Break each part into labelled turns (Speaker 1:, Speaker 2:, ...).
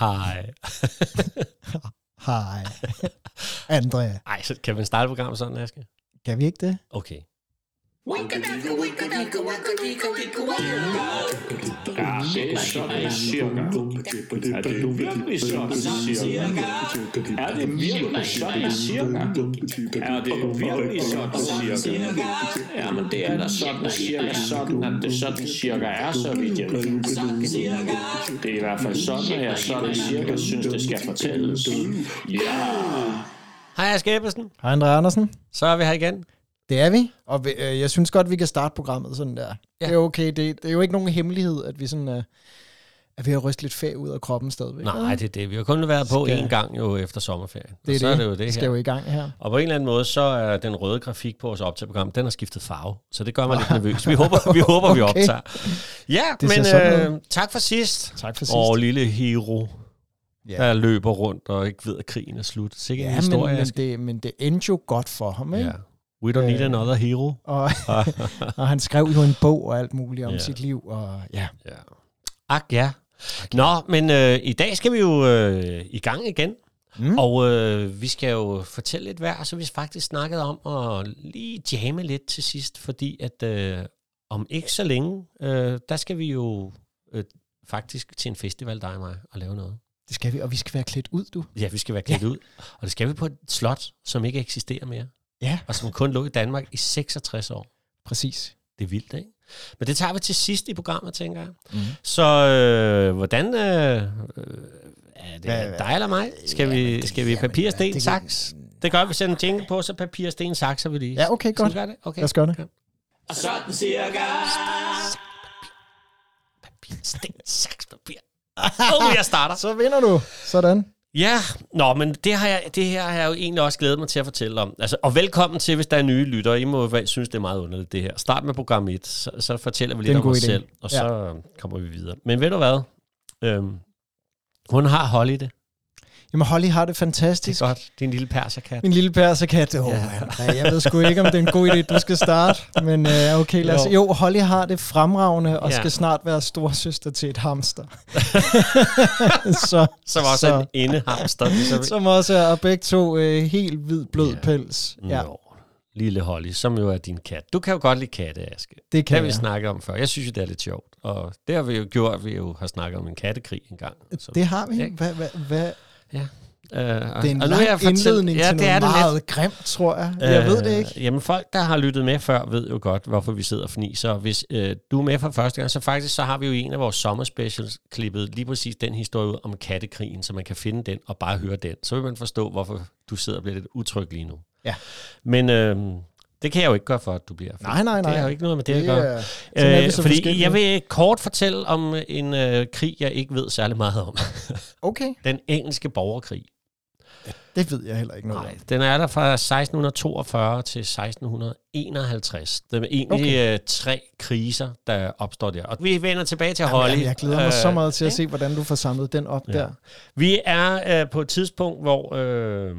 Speaker 1: Hej.
Speaker 2: Hej, Andrea.
Speaker 1: Ej, så kan man starte programmet sådan, Aske?
Speaker 2: Kan vi ikke det?
Speaker 1: Okay.
Speaker 3: Det er sådan cirka. Er det virkelig sådan cirka? Er det virkelig sådan cirka? Er det virkelig sådan cirka? Ja, men det er da sådan cirka, sådan at det sådan cirka er, så vidt jeg ved. Det er i hvert fald sådan, at jeg sådan cirka synes, det skal fortælles. Ja!
Speaker 1: Hej, Aske Ebbesen.
Speaker 2: Hej, Andrea Andersen.
Speaker 1: Så er vi her igen.
Speaker 2: Det er vi, og vi, øh, jeg synes godt, vi kan starte programmet sådan der.
Speaker 1: Ja.
Speaker 2: Ja. Det er okay, det, det er jo ikke nogen hemmelighed, at vi sådan, øh, er ved at ryste lidt fag ud af kroppen stadigvæk.
Speaker 1: Nej, det er det. Vi har kun været på
Speaker 2: Skal-
Speaker 1: en gang jo efter sommerferien.
Speaker 2: det
Speaker 1: og så er det jo det
Speaker 2: skal
Speaker 1: her.
Speaker 2: jo i gang her.
Speaker 1: Og på en eller anden måde, så er den røde grafik på vores optageprogram, den har skiftet farve. Så det gør mig lidt nervøs. Vi håber, vi, håber, vi
Speaker 2: Okay.
Speaker 1: optager. Ja,
Speaker 2: Det ser sådan
Speaker 1: men øh, tak for sidst.
Speaker 2: Tak for sidst.
Speaker 1: Og lille hero,
Speaker 2: Ja.
Speaker 1: der løber rundt og ikke ved, at krigen er slut. Sikke en
Speaker 2: ja, men,
Speaker 1: historie,
Speaker 2: men,
Speaker 1: Aske.
Speaker 2: det, men det endte jo godt for ham, ikke?
Speaker 1: Ja. Øh. We don't need another hero.
Speaker 2: Og, og han skrev jo en bog og alt muligt om
Speaker 1: Ja.
Speaker 2: ja. sit liv, og ja.
Speaker 1: Ja. Ak ja. Nå, men øh, i dag skal vi jo øh, i gang igen. Mm.
Speaker 2: Mm.
Speaker 1: Og øh, vi skal jo fortælle lidt hver, og så har vi faktisk snakket om at lige jamme lidt til sidst, fordi at øh, om ikke så længe, øh, der skal vi jo øh, faktisk til en festival, dig og mig, og lave noget.
Speaker 2: Det skal vi, og vi skal være klædt ud, du.
Speaker 1: Ja, vi skal være klædt ja. ud. Og det skal vi på et slot, som ikke eksisterer mere,
Speaker 2: Ja,
Speaker 1: og som kun lå i Danmark i 66 år.
Speaker 2: præcis.
Speaker 1: Det er vildt, ikke? Men det tager vi til sidst i programmet, tænker jeg.
Speaker 2: Mhm.
Speaker 1: Så øh, hvordan... Øh, øh, er det
Speaker 2: Hvad- hvad-
Speaker 1: dig eller mig? Skal vi, skal vi
Speaker 2: jamen,
Speaker 1: papir, sten,
Speaker 2: det-
Speaker 1: saks? Det gør vi, sender en jingle på, så papir, sten, saks er vi lige.
Speaker 2: Ja, okay, godt.
Speaker 1: Skal vi gøre det? Okay.
Speaker 2: Lad os gøre det.
Speaker 3: Og sådan cirka.
Speaker 1: Papir, sten, saks, papir. Oh, jeg starter.
Speaker 2: Så vinder du. Sådan.
Speaker 1: Ja, nå, men det, har jeg, det her har jeg jo egentlig også glædet mig til at fortælle om. Altså, og velkommen til, hvis der er nye lyttere. I må vel synes, det er meget underligt, det her. Start med program 1, så, så fortæller vi
Speaker 2: Det er
Speaker 1: lidt
Speaker 2: en
Speaker 1: om
Speaker 2: god
Speaker 1: os
Speaker 2: idé.
Speaker 1: selv, og
Speaker 2: Ja.
Speaker 1: så øh, kommer vi videre. Men ved du hvad? Øhm, hun har hold i det.
Speaker 2: Jamen, Holly har det
Speaker 1: Det
Speaker 2: fantastisk.
Speaker 1: er godt. Din lille perserkat.
Speaker 2: Min lille perserkat. Åh, oh, ja. jeg ved sgu ikke, om det er en god idé, du skal starte. Men øh, okay, lad os...
Speaker 1: Jo.
Speaker 2: Jo, Holly har det fremragende og
Speaker 1: Ja.
Speaker 2: ja. skal snart være storsøster til et hamster. så,
Speaker 1: Som også er en indehamster. Så, så,
Speaker 2: som også er og begge to øh, helt hvid blød
Speaker 1: Ja.
Speaker 2: pels. Ja,
Speaker 1: ja. Lille Holly, som jo er din kat. Du kan jo godt lide katte, Aske.
Speaker 2: det
Speaker 1: Det har
Speaker 2: kan
Speaker 1: vi
Speaker 2: jeg.
Speaker 1: snakket om før. Jeg synes jo, det er lidt sjovt. Og det har vi jo gjort, at vi jo har snakket om en kattekrig engang. Så
Speaker 2: Det har vi.
Speaker 1: Ikke?
Speaker 2: Hvad, hvad, hvad?
Speaker 1: Øh, og,
Speaker 2: Det er en
Speaker 1: og
Speaker 2: lang
Speaker 1: har jeg fortalt-
Speaker 2: indledning til noget
Speaker 1: lidt.
Speaker 2: meget grimt, tror jeg. Jeg ved det ikke.
Speaker 1: Øh, jamen folk, der har lyttet med før, ved jo godt, hvorfor vi sidder og fniser. Og Hvis øh, du er med for første gang, så faktisk så har vi jo i en af vores sommerspecials klippet lige præcis den historie ud om kattekrigen, så man kan finde den og bare høre den. Så vil man forstå, hvorfor du sidder og bliver lidt utryg lige nu.
Speaker 2: Ja.
Speaker 1: Men øh, det kan jeg jo ikke gøre for, at du bliver. for
Speaker 2: Nej, nej, nej.
Speaker 1: Det har jo ikke noget med det, det at gøre.
Speaker 2: er- sådan er vi
Speaker 1: Øh,
Speaker 2: så
Speaker 1: fordi
Speaker 2: forskellige.
Speaker 1: jeg vil kort fortælle om en øh, krig, jeg ikke ved særlig meget om.
Speaker 2: Okay,
Speaker 1: Den engelske borgerkrig.
Speaker 2: det ved jeg heller ikke noget
Speaker 1: Nej,
Speaker 2: om.
Speaker 1: den er der fra 1642 til 1651. Det er egentlig okay. øh, tre kriser, der opstår der. Og vi vender tilbage til Holly.
Speaker 2: Jamen, jeg glæder mig øh, så
Speaker 1: Øh,
Speaker 2: meget til at
Speaker 1: ikke?
Speaker 2: se, hvordan du får samlet den op
Speaker 1: Ja.
Speaker 2: ja. der.
Speaker 1: Vi er øh, på et tidspunkt, hvor... Øh,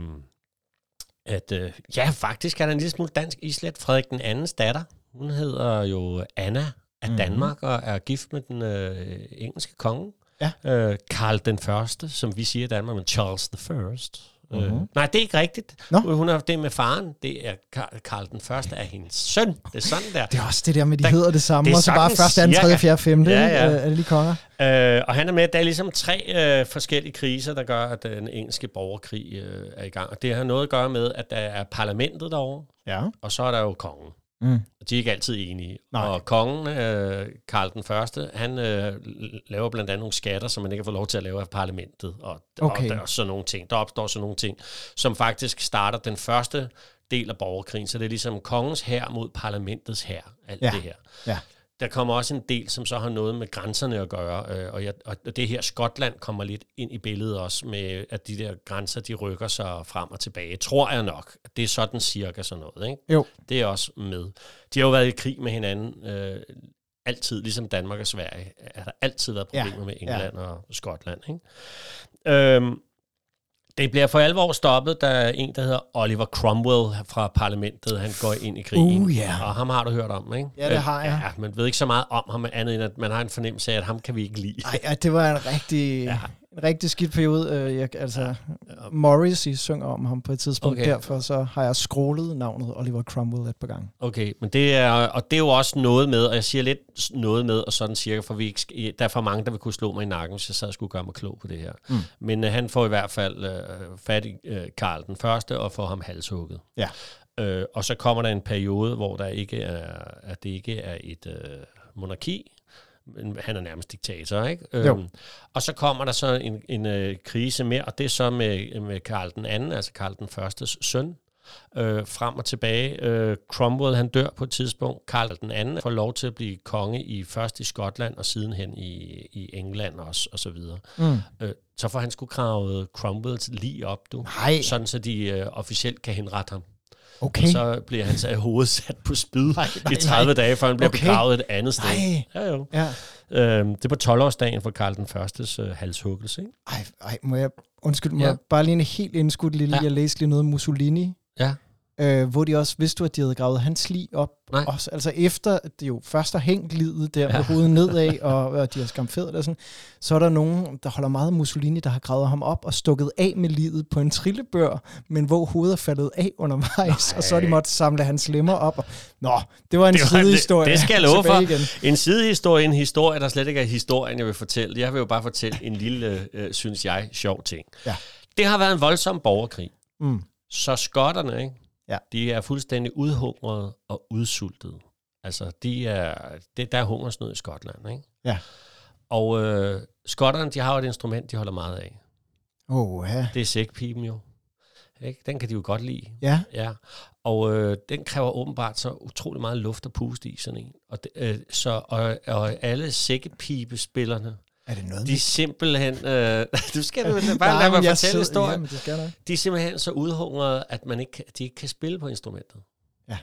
Speaker 1: at, øh, ja, faktisk er der en lille smule dansk islet. Frederik den andens datter, hun hedder jo Anna af
Speaker 2: Mhm.
Speaker 1: Danmark og er gift med den øh, engelske konge.
Speaker 2: Ja.
Speaker 1: Øh, Karl den første, som vi siger i Danmark, men Charles the first. Mm-hmm. Øh,
Speaker 2: Mhm.
Speaker 1: nej, det er ikke rigtigt.
Speaker 2: Nå.
Speaker 1: Hun har det med faren. Det er Karl, Karl den første er hendes søn. Det er sådan der.
Speaker 2: Det er også det der med, de
Speaker 1: Der-
Speaker 2: der, hedder det samme,
Speaker 1: det er
Speaker 2: og så bare
Speaker 1: sådan
Speaker 2: først, anden,
Speaker 1: cirka.
Speaker 2: tredje, fjerde, femte,
Speaker 1: Ja,
Speaker 2: ja,
Speaker 1: ja.
Speaker 2: ja. er det lige konger?
Speaker 1: Øh, og han er med, der er ligesom tre øh, forskellige kriser, der gør, at den engelske borgerkrig øh, er i gang. Og det har noget at gøre med, at der er parlamentet derovre,
Speaker 2: Ja.
Speaker 1: og så er der jo kongen.
Speaker 2: Mm.
Speaker 1: Og de er ikke altid enige.
Speaker 2: Nej.
Speaker 1: Og kongen, øh, Karl den Første, han øh, l- laver blandt andet nogle skatter, som man ikke har fået lov til at lave af parlamentet. Og, og
Speaker 2: Okay.
Speaker 1: der er sådan nogle ting. Der opstår sådan nogle ting, som faktisk starter den første del af borgerkrigen. Så det er ligesom kongens hær mod parlamentets hær, alt
Speaker 2: Ja.
Speaker 1: det her.
Speaker 2: Ja.
Speaker 1: Der kommer også en del, som så har noget med grænserne at gøre, øh, og, jeg, og det her Skotland kommer lidt ind i billedet også med, at de der grænser, de rykker sig frem og tilbage, tror jeg nok. Det er sådan cirka sådan noget, ikke?
Speaker 2: Jo.
Speaker 1: Det er også med. De har jo været i krig med hinanden øh, altid, ligesom Danmark og Sverige. Er der altid været
Speaker 2: Ja,
Speaker 1: problemer ja, med England ja. og Skotland, ikke? Øhm, det bliver for alvor stoppet, da en, der hedder Oliver Cromwell fra parlamentet, han går ind i krigen.
Speaker 2: Uh, ja.
Speaker 1: Og ham har du hørt om, ikke? Øh,
Speaker 2: Ja, det har jeg.
Speaker 1: Ja, man ved ikke så meget om ham, andet end at man har en fornemmelse af, at ham kan vi ikke lide.
Speaker 2: Ej, ej, det var en rigtig,
Speaker 1: Ja.
Speaker 2: ja. en rigtig skidt periode. Øh, jeg, altså, Morrissey synger om ham på et tidspunkt,
Speaker 1: Okay.
Speaker 2: okay. derfor så har jeg scrollet navnet Oliver Cromwell et par gange.
Speaker 1: Okay, men det er, og det er jo også noget med, og jeg siger lidt noget med, og sådan cirka, for vi ikke, sk- der er for mange, der vil kunne slå mig i nakken, så jeg sad og skulle gøre mig klog på det her. Mm. Men øh, han får i hvert fald øh, fat i øh, Karl den første, og får ham halshugget.
Speaker 2: Ja.
Speaker 1: Øh, og så kommer der en periode, hvor der ikke er, at det ikke er et øh, monarki. Men Han er nærmest diktator, ikke?
Speaker 2: Jo.
Speaker 1: Øhm, og så kommer der så en, en øh, krise mere, og det er så med, med Karl den anden, altså Karl den førstes søn, øh, frem og tilbage. Øh, Cromwell, han dør på et tidspunkt. Karl den anden får lov til at blive konge i først i Skotland og sidenhen i, i England også, og så videre. Mm. Øh, så får han skulle grave Cromwells lige op, du.
Speaker 2: Nej,
Speaker 1: Sådan, så de øh, officielt kan henrette ham.
Speaker 2: okay. Så,
Speaker 1: Så bliver hans hovedet sat på spyd nej, nej,
Speaker 2: nej,
Speaker 1: i 30 dage, før han bliver okay.
Speaker 2: Okay.
Speaker 1: begravet et andet sted.
Speaker 2: Nej.
Speaker 1: Ja, jo.
Speaker 2: ja.
Speaker 1: Øhm, det var 12-årsdagen for Karl den Førstes øh, halshuggelse, ikke?
Speaker 2: Ej, ej, må jeg... Undskyld, må
Speaker 1: Ja.
Speaker 2: ja. jeg bare lige en helt indskudt lille...
Speaker 1: Ja.
Speaker 2: Ja. Jeg læste lige noget om Mussolini.
Speaker 1: Ja.
Speaker 2: Øh, hvor de også vidste, du, at de havde gravet hans lig op.
Speaker 1: Nej.
Speaker 2: Også, altså efter, at det jo først har hængt livet der ja. med hovedet nedad, og, og de har skamferet det og sådan, så er der nogen, der holder meget af Mussolini, der har gravet ham op og stukket af med livet på en trillebør, men hvor hovedet er faldet af undervejs, Nej. og så har de måtte samle hans lemmer op. Og, Nå, det var en
Speaker 1: Det var en-
Speaker 2: sidehistorie.
Speaker 1: det skal jeg love
Speaker 2: Tilbage
Speaker 1: for. En sidehistorie, en historie, der slet ikke er historien, jeg vil fortælle. Jeg vil jo bare fortælle en lille, øh, synes jeg, sjov ting.
Speaker 2: Ja.
Speaker 1: Det har været en voldsom borgerkrig.
Speaker 2: Mm.
Speaker 1: Så skotterne, ikke?
Speaker 2: Ja.
Speaker 1: de er fuldstændig udhungrede og udsultede. Altså, de er, det, der er hungersnød i Skotland. Ikke?
Speaker 2: Ja.
Speaker 1: Og øh, skotterne, de har jo et instrument, de holder meget af.
Speaker 2: Åh, ja.
Speaker 1: Det er sækpipen jo. Ikke? Den kan de jo godt lide.
Speaker 2: Ja,
Speaker 1: Ja, og øh, den kræver åbenbart så utrolig meget luft at puste i sådan en. Og, det, øh, så, og, og alle sækkepipespillerne,
Speaker 2: er det noget?
Speaker 1: de er simpelthen... Øh, du skal du bare
Speaker 2: Nej,
Speaker 1: lade
Speaker 2: men
Speaker 1: mig
Speaker 2: jeg
Speaker 1: fortælle
Speaker 2: sidder-
Speaker 1: historien.
Speaker 2: Jamen, det skal jeg nok.
Speaker 1: De er simpelthen så udhungrede, at man ikke, kan- de ikke kan spille på instrumentet.
Speaker 2: Ja.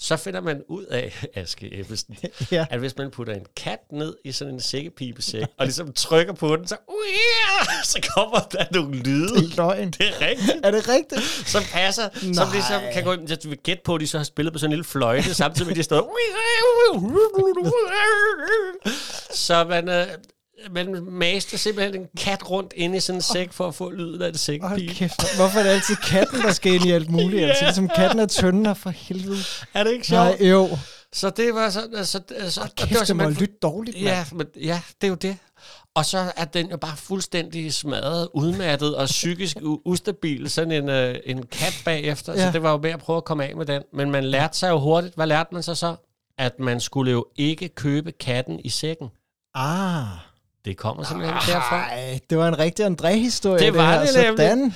Speaker 1: Så finder man ud af, Aske Ebbesen,
Speaker 2: Ja.
Speaker 1: at hvis man putter en kat ned i sådan en sækkepipesæk, og ligesom trykker på den, så, uh, så kommer der nogle lyde.
Speaker 2: Løgn.
Speaker 1: Det er rigtigt
Speaker 2: Er det rigtigt?
Speaker 1: som passer, Nej. som
Speaker 2: Nej.
Speaker 1: ligesom kan gå ind. Jeg vil gætte på, at de så har spillet på sådan en lille fløjte, samtidig med, at de stod... så man, øh, man master simpelthen en kat rundt ind i sådan en sæk, for at få lyden af det
Speaker 2: Hold
Speaker 1: sækpipe.
Speaker 2: kæft, hvorfor er det altid katten, der skal ind i alt muligt? Yeah. Altså, ligesom katten er tønder for helvede.
Speaker 1: Er det ikke
Speaker 2: Nej,
Speaker 1: sjovt?
Speaker 2: jo.
Speaker 1: Så det var sådan... Altså, altså, og
Speaker 2: Kæft, det må
Speaker 1: simpelthen-
Speaker 2: lytte dårligt, mand.
Speaker 1: Ja, men, ja, det er jo det. Og så er den jo bare fuldstændig smadret, udmattet og psykisk u- ustabil, sådan en, øh, en kat bagefter. Ja. Så
Speaker 2: Ja.
Speaker 1: det var jo med at prøve at komme af med den. Men man lærte sig jo hurtigt. Hvad lærte man sig så? At man skulle jo ikke købe katten i sækken.
Speaker 2: Ah.
Speaker 1: Det kommer simpelthen derfra.
Speaker 2: Ej, det var en rigtig André-historie.
Speaker 1: Det var
Speaker 2: her.
Speaker 1: det nemlig.
Speaker 2: Sådan.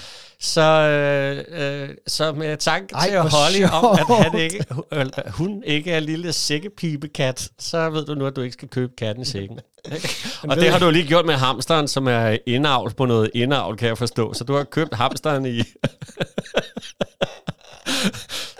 Speaker 1: Så, øh, øh, så med tanke
Speaker 2: Ej,
Speaker 1: til at
Speaker 2: hvor
Speaker 1: holde om, at han
Speaker 2: sjovt.
Speaker 1: ikke, hu- eller hun ikke er en lille sækkepibekat, så ved du nu, at du ikke skal købe katten i sækken. og det har du lige gjort med hamsteren, som er indavl på noget indavl, kan jeg forstå. Så du har købt hamsteren i...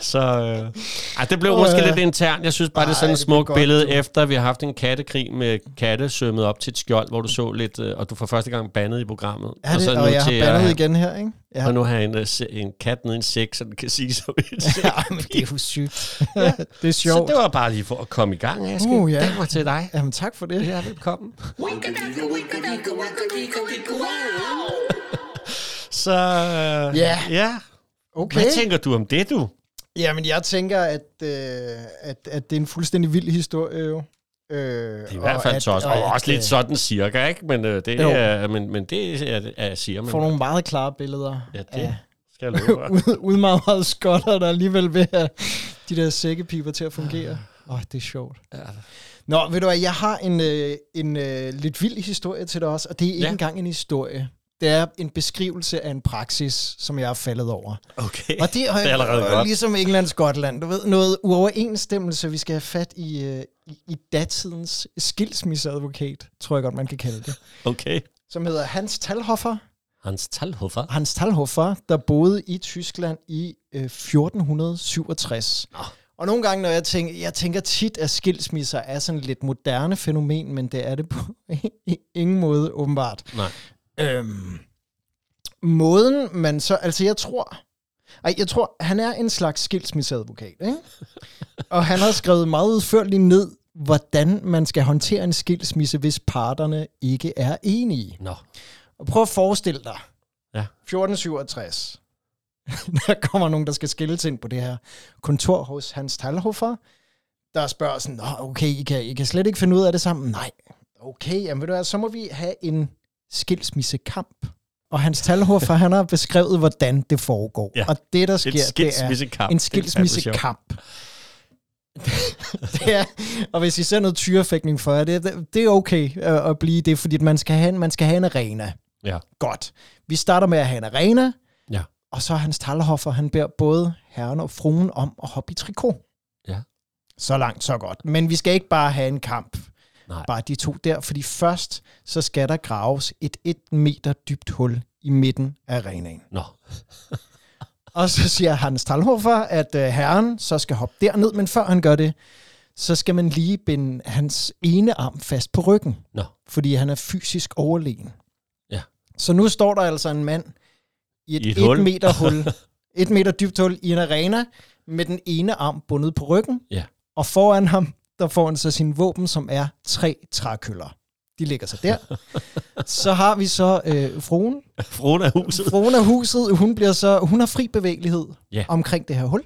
Speaker 1: Så øh, ej, det blev
Speaker 2: Åh,
Speaker 1: måske
Speaker 2: ja.
Speaker 1: lidt internt. Jeg synes bare, det er sådan
Speaker 2: Øh. Ej,
Speaker 1: et
Speaker 2: det blev
Speaker 1: smukt
Speaker 2: godt,
Speaker 1: billede,
Speaker 2: du.
Speaker 1: efter vi har haft en kattekrig med katte sømmet op til et skjold, hvor du så lidt, øh, og du for første gang bandede i programmet.
Speaker 2: Er det,
Speaker 1: så
Speaker 2: og, og jeg har
Speaker 1: at
Speaker 2: bandet
Speaker 1: have-
Speaker 2: igen her, ikke? Ja.
Speaker 1: ja. og nu har jeg en, øh, se- en kat nede i en sæk, så den kan sige så lidt.
Speaker 2: ja, men det er jo sygt. det er
Speaker 1: så
Speaker 2: sjovt.
Speaker 1: det var bare lige for at komme i gang, Aske.
Speaker 2: Uh, ja.
Speaker 1: Den var til dig.
Speaker 2: Jamen, tak for det.
Speaker 1: Ja, velkommen. Så øh,
Speaker 2: Ja.
Speaker 1: ja.
Speaker 2: Okay.
Speaker 1: Hvad tænker du om det, du?
Speaker 2: Jamen, jeg tænker, at, øh, at, at det er en fuldstændig vild historie, jo.
Speaker 1: Det
Speaker 2: Øh,
Speaker 1: er i hvert fald tosset. Og også lidt sådan cirka, ikke? Men, øh, det,
Speaker 2: Jo.
Speaker 1: er, men, men det er, er, siger man.
Speaker 2: Får nogle meget klare billeder
Speaker 1: Ja,
Speaker 2: af
Speaker 1: det skal jeg love dig.
Speaker 2: ud, udmagret skotter, der alligevel vil have de der sækkepiber til at fungere.
Speaker 1: Ah.
Speaker 2: Åh, oh, det er sjovt. Ja. Nå, ved du hvad, jeg har en, øh, en øh, lidt vild historie til dig også, og det er ikke
Speaker 1: Ja.
Speaker 2: ja. engang en historie. Det er en beskrivelse af en praksis, som jeg er faldet over.
Speaker 1: Okay.
Speaker 2: Og det er,
Speaker 1: Det er allerede godt.
Speaker 2: ligesom England-Skotland. Du ved, noget uoverensstemmelse, vi skal have fat i, øh, i, i datidens skilsmisseadvokat, tror jeg godt, man kan kalde det.
Speaker 1: Okay.
Speaker 2: Som hedder Hans Talhoffer,
Speaker 1: Hans Talhofer.
Speaker 2: Hans Talhofer, der boede i Tyskland i øh, 1467. Nå. Og nogle gange, når jeg tænker, jeg tænker tit, at skilsmisser er sådan et lidt moderne fænomen, men det er det på ingen måde åbenbart.
Speaker 1: Nej.
Speaker 2: Øhm, måden man så, altså jeg tror, ej, jeg tror, han er en slags skilsmisseadvokat, ikke? og han har skrevet meget udførligt ned, hvordan man skal håndtere en skilsmisse, hvis parterne ikke er enige.
Speaker 1: Nå.
Speaker 2: Og prøv at forestille dig,
Speaker 1: Ja.
Speaker 2: 1467, der kommer nogen, der skal skilles ind på det her kontor hos Hans Talhofer, der spørger sådan, Nå, okay, I kan, I kan slet ikke finde ud af det sammen. Nej, okay, jamen ved du hvad, så må vi have en skilsmissekamp. Og Hans Talhofer, han har beskrevet, hvordan det foregår.
Speaker 1: Ja.
Speaker 2: Og det, der sker,
Speaker 1: En
Speaker 2: det er
Speaker 1: skilsmissekamp.
Speaker 2: en
Speaker 1: Det er fandme sjovt.
Speaker 2: skilsmissekamp. det er, og hvis I ser noget tyrefægtning for jer, det, det, det er okay øh, at blive det, fordi man skal, have en, man skal have en arena.
Speaker 1: Ja.
Speaker 2: Godt. Vi starter med at have en arena,
Speaker 1: Ja.
Speaker 2: og så Hans Talhoffer, han beder både herren og fruen om at hoppe i trikot.
Speaker 1: Ja.
Speaker 2: Så langt, så godt. Men vi skal ikke bare have en kamp.
Speaker 1: Nej.
Speaker 2: Bare de to der, fordi først så skal der graves et 1 meter dybt hul i midten af arenaen.
Speaker 1: Nå.
Speaker 2: Og så siger Hans Talhofer, at øh, herren så skal hoppe derned, men før han gør det, så skal man lige binde hans ene arm fast på ryggen,
Speaker 1: Nå.
Speaker 2: fordi han er fysisk overlegen.
Speaker 1: Ja.
Speaker 2: Så nu står der altså en mand i et,
Speaker 1: I et
Speaker 2: et,
Speaker 1: hul.
Speaker 2: et meter hul, et meter dybt hul i en arena, med den ene arm bundet på ryggen,
Speaker 1: Ja.
Speaker 2: og foran ham, der får han så sin våben, som er tre trækøller. De ligger så der. Så har vi så øh, fruen,
Speaker 1: Fruen af huset.
Speaker 2: Fruen af huset, hun, bliver så, hun har fri bevægelighed
Speaker 1: Ja.
Speaker 2: omkring det her hul.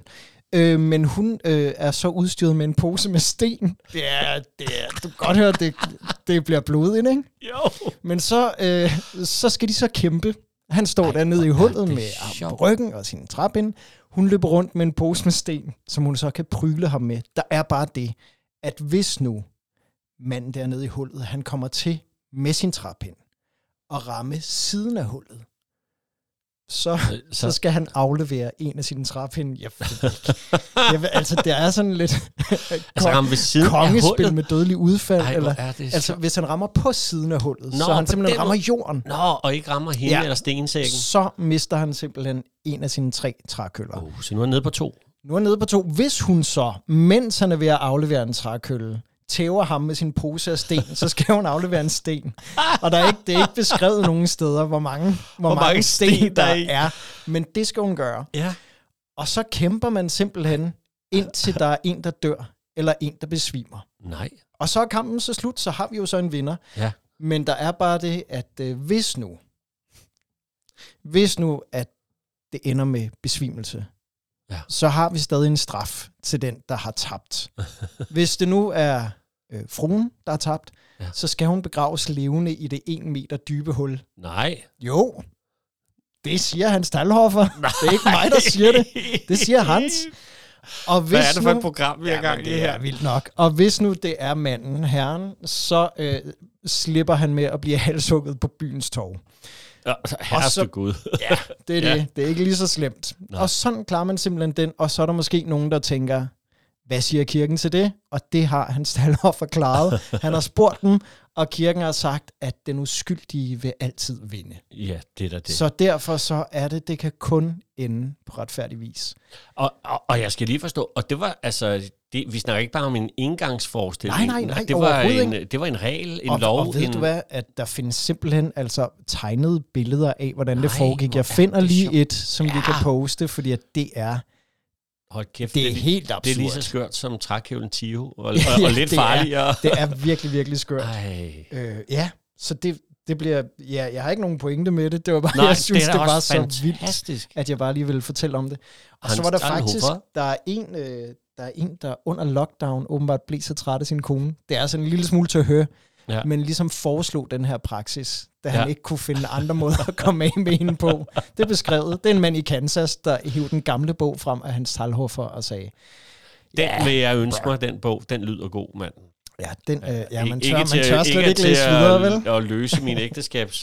Speaker 2: Øh, men hun øh, er så udstyret med en pose med sten. Det er, det er, du kan godt høre, det, det bliver blodigt, ikke?
Speaker 1: Jo.
Speaker 2: Men så, øh, så skal de så kæmpe. Han står dernede i hullet med armen på ryggen og sin træbind. Hun løber rundt med en pose med sten, som hun så kan pryle ham med. Der er bare det, at hvis nu manden dernede i hullet, han kommer til med sin træpind og ramme siden af hullet, så, så skal han aflevere en af sine træpinde. Jeg ved det ikke. Jeg ved, altså, det er sådan lidt
Speaker 1: Altså ham ved siden af
Speaker 2: kongespil
Speaker 1: hullet.
Speaker 2: med dødelig udfald.
Speaker 1: Ej,
Speaker 2: eller,
Speaker 1: hvor er det
Speaker 2: altså,
Speaker 1: sjovt.
Speaker 2: hvis han rammer på siden af hullet,
Speaker 1: Nå,
Speaker 2: Nå, så han
Speaker 1: på den
Speaker 2: simpelthen rammer
Speaker 1: måde.
Speaker 2: jorden,
Speaker 1: Nå, og ikke rammer hende ja.
Speaker 2: Ja.
Speaker 1: eller stensækken.
Speaker 2: så mister han simpelthen en af sine tre trækøller.
Speaker 1: Oh, så nu er han nede på to.
Speaker 2: Nu er han nede på to. Hvis hun så, mens han er ved at aflevere en trækølle, tæver ham med sin pose af sten, så skal hun aflevere en sten. Og der er ikke, det er ikke beskrevet nogen steder, hvor mange, hvor
Speaker 1: mange
Speaker 2: mange,
Speaker 1: sten
Speaker 2: sten,
Speaker 1: der
Speaker 2: der
Speaker 1: er i.
Speaker 2: er. Men det skal hun gøre.
Speaker 1: Ja.
Speaker 2: Og så kæmper man simpelthen, indtil der er en, der dør, eller en, der besvimer.
Speaker 1: Nej.
Speaker 2: Og så er kampen så slut, så har vi jo så en vinder.
Speaker 1: Ja.
Speaker 2: Men der er bare det, at øh, hvis nu, hvis nu, at det ender med besvimelse,
Speaker 1: Ja.
Speaker 2: så har vi stadig en straf til den, der har tabt. Hvis det nu er øh, fruen, der har tabt,
Speaker 1: Ja.
Speaker 2: ja. så skal hun begraves levende i det en meter dybe hul.
Speaker 1: Nej.
Speaker 2: Jo, det siger Hans Talhoffer. Det er ikke mig, der siger det. Det siger Hans. Og hvis
Speaker 1: Hvad er det for
Speaker 2: nu-
Speaker 1: et program, vi har
Speaker 2: Ja, men
Speaker 1: gang i
Speaker 2: det er
Speaker 1: her?
Speaker 2: vildt nok. Og hvis nu det er manden, herren, så øh, slipper han med at blive halshugget på byens torv.
Speaker 1: Ja,
Speaker 2: Og så-
Speaker 1: Herreste Gud. Ja.
Speaker 2: Det er
Speaker 1: Ja.
Speaker 2: ja. det. Det er ikke lige så slemt.
Speaker 1: Nej.
Speaker 2: Nej. Og sådan klarer man simpelthen den, og så er der måske nogen, der tænker, hvad siger kirken til det? Og det har Hans Stalhoff forklaret. Han har spurgt dem, og kirken har sagt, at den uskyldige vil altid vinde.
Speaker 1: ja, det er da det.
Speaker 2: Det. Så derfor så er det, det kan kun ende på retfærdig vis.
Speaker 1: Og, og, og jeg skal lige forstå, og det var altså, det, vi snakker ikke bare om en engangsforestilling.
Speaker 2: Nej, nej, nej,
Speaker 1: det var,
Speaker 2: overhovedet
Speaker 1: en,
Speaker 2: ikke.
Speaker 1: det var en regel, en
Speaker 2: og,
Speaker 1: lov.
Speaker 2: og ved
Speaker 1: en,
Speaker 2: du hvad, at der findes simpelthen altså tegnede billeder af, hvordan Nej, det
Speaker 1: Nej,
Speaker 2: foregik.
Speaker 1: hvor
Speaker 2: Jeg
Speaker 1: er
Speaker 2: finder
Speaker 1: det
Speaker 2: lige
Speaker 1: sjovt.
Speaker 2: et, som ja. vi kan poste, fordi at det er,
Speaker 1: Hold kæft,
Speaker 2: det er helt
Speaker 1: Det er lige så
Speaker 2: absurd.
Speaker 1: skørt som trækhævlen Tio, og, og,
Speaker 2: Ja,
Speaker 1: og lidt
Speaker 2: det er-
Speaker 1: farligere.
Speaker 2: Det er virkelig, virkelig skørt.
Speaker 1: Ej.
Speaker 2: Øh, ja, så det, det bliver... Ja, jeg har ikke nogen pointe med det. Det var bare,
Speaker 1: Nej,
Speaker 2: jeg synes,
Speaker 1: det er
Speaker 2: det,
Speaker 1: da
Speaker 2: det var
Speaker 1: også
Speaker 2: så vildt,
Speaker 1: fantastisk.
Speaker 2: at jeg bare lige ville fortælle om det. Og
Speaker 1: Hans
Speaker 2: så var der
Speaker 1: Danghofer.
Speaker 2: faktisk... Der er en... Øh, der er en, der under lockdown åbenbart blev så træt af sin kone. Det er sådan en lille smule til at høre,
Speaker 1: Ja.
Speaker 2: ja. men ligesom foreslog den her praksis, da
Speaker 1: Ja.
Speaker 2: han ikke kunne finde andre måder at komme af med hende på. Det er beskrevet. Det er en mand i Kansas, der hiv den gamle bog frem af hans talhoffer og sagde,
Speaker 1: Den vil jeg ønske mig, den bog. Den lyder god, mand.
Speaker 2: ja, den, øh, ja man
Speaker 1: Ikke
Speaker 2: tør, man
Speaker 1: til-
Speaker 2: tør slet ikke,
Speaker 1: til
Speaker 2: læse
Speaker 1: at-
Speaker 2: videre, vel?
Speaker 1: at løse mine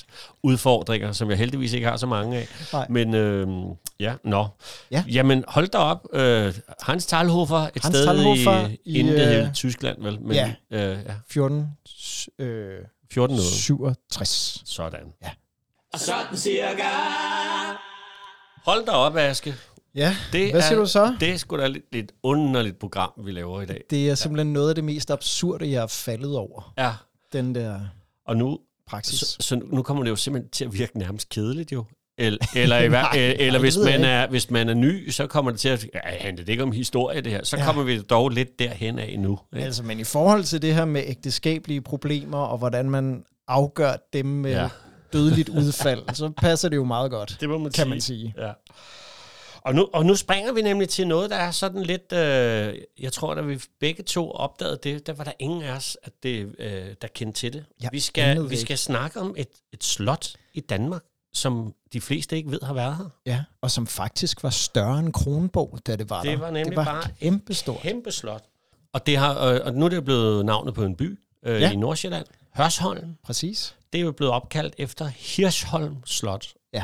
Speaker 1: ægteskabsudfordringer, som jeg heldigvis ikke har så mange af.
Speaker 2: Nej.
Speaker 1: Men øh, ja, nå.
Speaker 2: Ja.
Speaker 1: Jamen, hold da op. Øh, Hans Talhofer, et
Speaker 2: Hans
Speaker 1: sted
Speaker 2: Thalhofer
Speaker 1: i,
Speaker 2: i,
Speaker 1: inden det
Speaker 2: øh,
Speaker 1: hed Tyskland, vel? Men,
Speaker 2: ja.
Speaker 1: Øh, ja.
Speaker 2: 14, øh,
Speaker 1: 14 noget.
Speaker 2: 67.
Speaker 1: Sådan.
Speaker 3: Og sådan cirka.
Speaker 1: Hold da op, Aske.
Speaker 2: Ja,
Speaker 1: Det
Speaker 2: Hvad siger
Speaker 1: er,
Speaker 2: du så?
Speaker 1: Det er sgu da lidt, lidt underligt program, vi laver i dag.
Speaker 2: det er simpelthen noget af det mest absurde, jeg er faldet over,
Speaker 1: Ja,
Speaker 2: den der
Speaker 1: og nu,
Speaker 2: praksis.
Speaker 1: så, så nu kommer det jo simpelthen til at virke nærmest kedeligt jo. Eller, eller, i hver,
Speaker 2: Nej,
Speaker 1: eller hvis,
Speaker 2: det ved jeg
Speaker 1: man er, hvis man er ny, så kommer det til at... Ja, handler det ikke om historie, det her? Så
Speaker 2: Ja.
Speaker 1: ja. kommer vi dog lidt derhen af nu. Ikke?
Speaker 2: Altså, men i forhold til det her med ægteskabelige problemer, og hvordan man afgør dem med ja.
Speaker 1: Ja.
Speaker 2: dødeligt udfald, så passer det jo meget godt,
Speaker 1: Det må man
Speaker 2: kan man sige.
Speaker 1: Ja. Og nu, og nu springer vi nemlig til noget, der er sådan lidt... Øh, jeg tror, da vi begge to opdagede det, der var der ingen af os, at det, øh, der kendte til det.
Speaker 2: Jeg
Speaker 1: vi
Speaker 2: anede det
Speaker 1: skal, vi
Speaker 2: ikke.
Speaker 1: skal snakke om et, et slot i Danmark, som de fleste ikke ved har været her.
Speaker 2: Ja, og som faktisk var større end Kronborg, da det var
Speaker 1: Det
Speaker 2: der.
Speaker 1: var nemlig
Speaker 2: det var
Speaker 1: bare
Speaker 2: kæmpestort.
Speaker 1: Kæmpe slot. Og, det har, øh, og nu er det blevet navnet på en by øh,
Speaker 2: Ja.
Speaker 1: ja. i Nordsjælland. Hørsholm.
Speaker 2: Præcis.
Speaker 1: Det er jo blevet opkaldt efter Hirsholm Slot.
Speaker 2: Ja.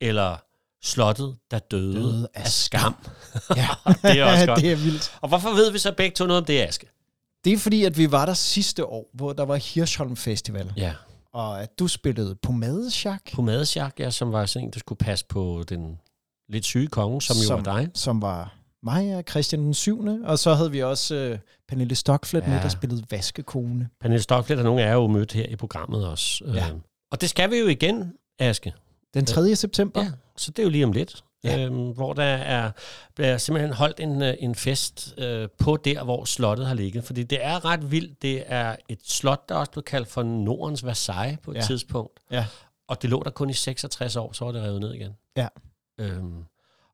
Speaker 1: Eller slottet, der døde,
Speaker 2: Døde
Speaker 1: døde
Speaker 2: af
Speaker 1: af skam.
Speaker 2: Ja,
Speaker 1: Det er også godt.
Speaker 2: det er vildt.
Speaker 1: Og hvorfor ved vi så begge to noget om det, Aske?
Speaker 2: Det er fordi, at vi var der sidste år, hvor der var Hirsholm Festival,
Speaker 1: Ja.
Speaker 2: og at du spillede pomadesjak,
Speaker 1: Pomadesjak, ja, som var sådan en, der skulle passe på den lidt syge konge, som, som jo var dig.
Speaker 2: som var mig og Christian den 7. Og så havde vi også øh, Pernille Stockflet ja. med,
Speaker 1: Ja.
Speaker 2: der spillede vaskekone.
Speaker 1: Pernille Stocklet og nogle af jer er jo mødt her i programmet også.
Speaker 2: Ja.
Speaker 1: Øh, Og det skal vi jo igen, Aske.
Speaker 2: Den 3. september.
Speaker 1: Ja, så det er jo lige om lidt.
Speaker 2: Ja.
Speaker 1: Ja. Øhm, hvor der er, bliver simpelthen holdt en, øh, en fest øh, på der, hvor slottet har ligget. Fordi det er ret vildt. Det er et slot, der også blev kaldt for Nordens Versailles på et
Speaker 2: Ja.
Speaker 1: ja. tidspunkt.
Speaker 2: Ja.
Speaker 1: Og det lå der kun i 66 år, så var det revet ned igen.
Speaker 2: Ja.
Speaker 1: Øhm,